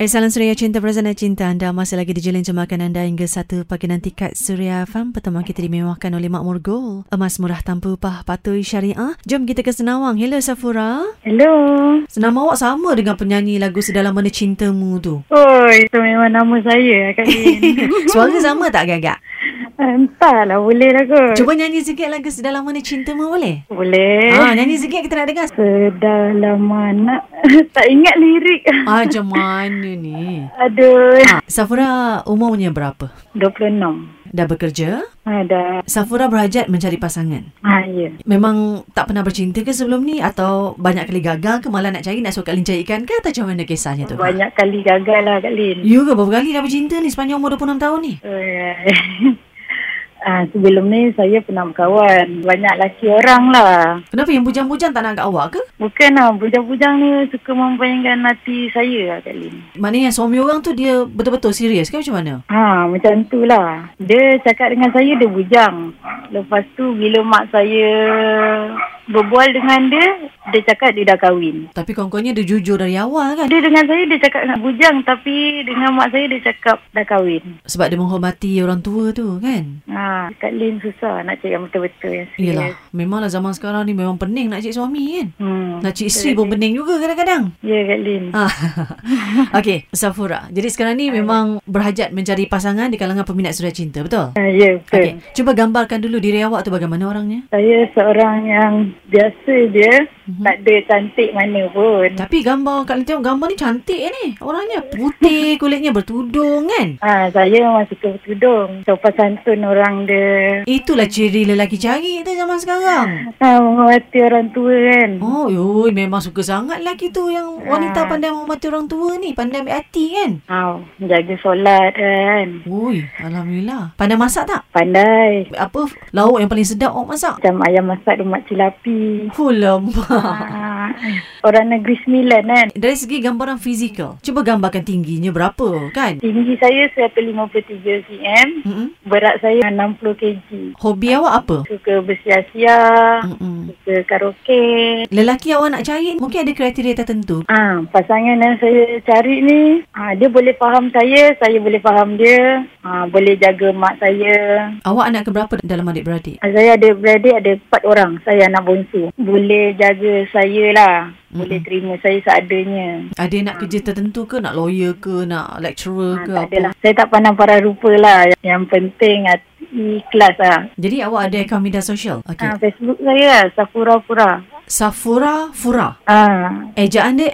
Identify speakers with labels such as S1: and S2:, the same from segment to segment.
S1: Eh, salam Suria Cinta Berzana Cinta anda masih lagi dijalin jemakan anda hingga 1 pagi nanti kat Suria Farm. Pertemuan kita dimewahkan oleh Makmur Gold. Emas murah tanpa upah patuhi syariah. Jom kita ke Senawang. Hello Safura.
S2: Hello.
S1: Senama awak sama dengan penyanyi lagu Sedalam Mana Cintamu tu.
S2: Oh, itu memang nama saya Kak Din.
S1: Suara sama tak agak-agak?
S2: Entahlah, boleh lah kot.
S1: Cuba nyanyi sikit lagu Sedalam Mana Cintamu boleh?
S2: Boleh.
S1: Ha, nyanyi sikit kita nak dengar.
S2: Sedalam mana. tak ingat lirik.
S1: Ah, macam mana ni?
S2: Aduh.
S1: Ha, Safura umurnya berapa?
S2: 26.
S1: Dah bekerja?
S2: Ada.
S1: Safura berhajat mencari pasangan.
S2: Ha, ya.
S1: Memang tak pernah bercinta ke sebelum ni Atau banyak kali gagal ke malah nak cari nak suka lincah ikan ke Atau macam mana kisahnya tu?
S2: Banyak kali gagal lah Kak Lin.
S1: You ke berapa kali dah bercinta ni sepanjang umur 26 tahun ni?
S2: Ah, sebelum ni saya pernah berkawan. Banyak laki orang lah.
S1: Kenapa yang bujang-bujang tak nak angkat awak ke?
S2: Bukan lah, bujang-bujang ni suka membayangkan hati saya lah Kak Lin.
S1: Maknanya yang suami orang tu dia betul-betul serius ke macam mana?
S2: Ha, macam tu lah. Dia cakap dengan saya, dia bujang. Lepas tu, bila mak saya berbual dengan dia, dia cakap dia dah kahwin.
S1: Tapi kawan-kawannya dia jujur dari awal kan?
S2: Dia dengan saya, dia cakap nak bujang. Tapi dengan mak saya, dia cakap dah kahwin.
S1: Sebab dia menghormati orang tua tu kan?
S2: Ha, kat Lin susah nak cakap yang betul-betul yang serius.
S1: Yelah, memanglah zaman sekarang ni memang pening nak cik suami kan?
S2: Hmm.
S1: Nak cik isteri pun pening juga kadang-kadang.
S2: Ya, Kak Lin.
S1: Ah. Okey, Safura. Jadi sekarang ni memang berhajat mencari pasangan di kalangan peminat surat cinta, betul?
S2: Ha, ya, betul.
S1: Okey, cuba gambarkan dulu diri awak tu bagaimana orangnya.
S2: Saya seorang yang biasa je.
S1: Mhm.
S2: Tak ada cantik mana pun.
S1: Tapi gambar kat tengok gambar ni cantik eh, ni. Orangnya putih, kulitnya bertudung kan.
S2: Ha, saya memang suka bertudung. Sopan santun orang dia.
S1: Itulah ciri lelaki cari tu zaman sekarang.
S2: Ha, menghormati orang tua kan.
S1: Oh, yoi, memang suka sangat lelaki tu yang wanita
S2: Ah.
S1: pandai menghormati orang tua ni, pandai ambil hati kan.
S2: Ha, jaga solat kan.
S1: Ui, alhamdulillah. Pandai masak tak?
S2: Pandai.
S1: Apa lauk yang paling sedap awak masak? Oh,
S2: Macam ayam masak lemak cilapi.
S1: Hulam.
S2: Ha, orang negeri sembilan kan.
S1: Dari segi gambaran fizikal, cuba gambarkan tingginya berapa kan?
S2: Tinggi saya 153 cm.
S1: Mm-mm.
S2: Berat saya 60 kg.
S1: Hobi awak apa?
S2: Suka bersia-sia.
S1: Mm-mm.
S2: Suka karaoke.
S1: Lelaki awak nak cari mungkin ada kriteria tertentu.
S2: Ah, pasangan yang saya cari ni, ah, dia boleh faham saya, saya boleh faham dia. Ah, boleh jaga mak saya.
S1: Awak anak keberapa dalam adik-beradik?
S2: Ah, Saya ada beradik ada empat orang. Saya anak bongsu. Boleh jaga saya lah. Boleh terima saya seadanya.
S1: Ada yang nak kerja tertentu ke? Nak lawyer ke? Nak lecturer
S2: Ha,
S1: ke?
S2: tak
S1: Apa?
S2: adalah. Saya tak pandang para rupa lah. Yang- Yang penting hati kelas lah.
S1: Jadi awak ada akaun media sosial?
S2: Okay.
S1: Okay.
S2: Facebook saya lah. Sakura Pura.
S1: Safura Fura.
S2: Ah,
S1: Ejaan dia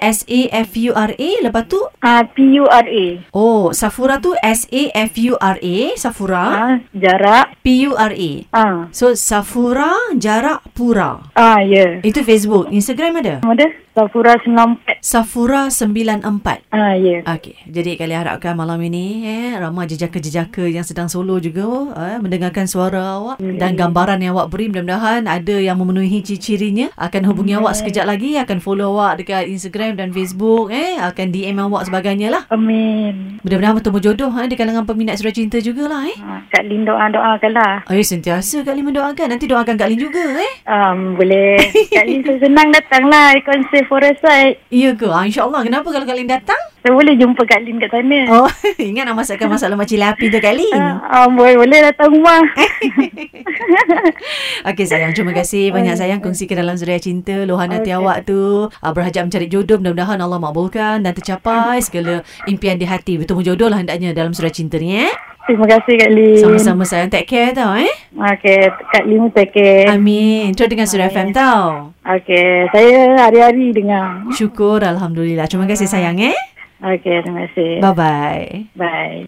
S1: S-A-F-U-R-A. Lepas tu,
S2: ah P-U-R-A.
S1: oh, Safura tu S-A-F-U-R-A. Safura.
S2: Ah, jarak.
S1: P-U-R-A.
S2: Ah,
S1: So, Safura jarak pura.
S2: ah ya. Yeah.
S1: Itu Facebook. Instagram ada?
S2: Nama dia? Sakura 94.
S1: Safura 94.
S2: Ah, ya. Yeah.
S1: Okey, jadi kalian harapkan malam ini eh, ramai jejaka-jejaka yang sedang solo juga eh, mendengarkan suara awak hmm. dan gambaran yang awak beri mudah-mudahan ada yang memenuhi ciri-cirinya akan hubungi awak sekejap lagi akan follow awak dekat Instagram dan Facebook eh akan DM awak sebagainya lah
S2: Amin.
S1: mudah-mudahan bertemu jodoh eh, di kalangan peminat surat cinta jugalah eh
S2: Ah, Kak Lin doa-doakan lah.
S1: Ayuh sentiasa Kak Lin mendoakan Nanti doakan Kak Lin juga eh
S2: Um, boleh. Kak Lin saya senang datang lah. Ikon Safe Forest Side.
S1: Iya ke? Ah, InsyaAllah Kenapa kalau Kak Lin datang?
S2: Saya boleh jumpa Kak Lin kat sana.
S1: Oh ingat nak masakkan masak lemak cilapi tu Kak Lin
S2: Ah, ah, boleh, boleh datang rumah.
S1: Okey sayang, terima kasih banyak sayang kongsi ke dalam Suria Cinta. Luahan hati awak tu uh, berhajat mencari jodoh. Mudah-mudahan Allah makbulkan dan tercapai segala impian di hati. Bertemu jodoh lah hendaknya dalam Suria Cinta ni eh.
S2: Terima kasih Kak Lin.
S1: Sama-sama sayang. Take care tau eh.
S2: Okey, Kak Lin take care.
S1: Amin. Terus dengan Suria FM tau.
S2: Okey, saya hari-hari dengar.
S1: Syukur Alhamdulillah. Terima kasih sayang eh.
S2: Okey, terima kasih.
S1: Bye-bye.
S2: Bye.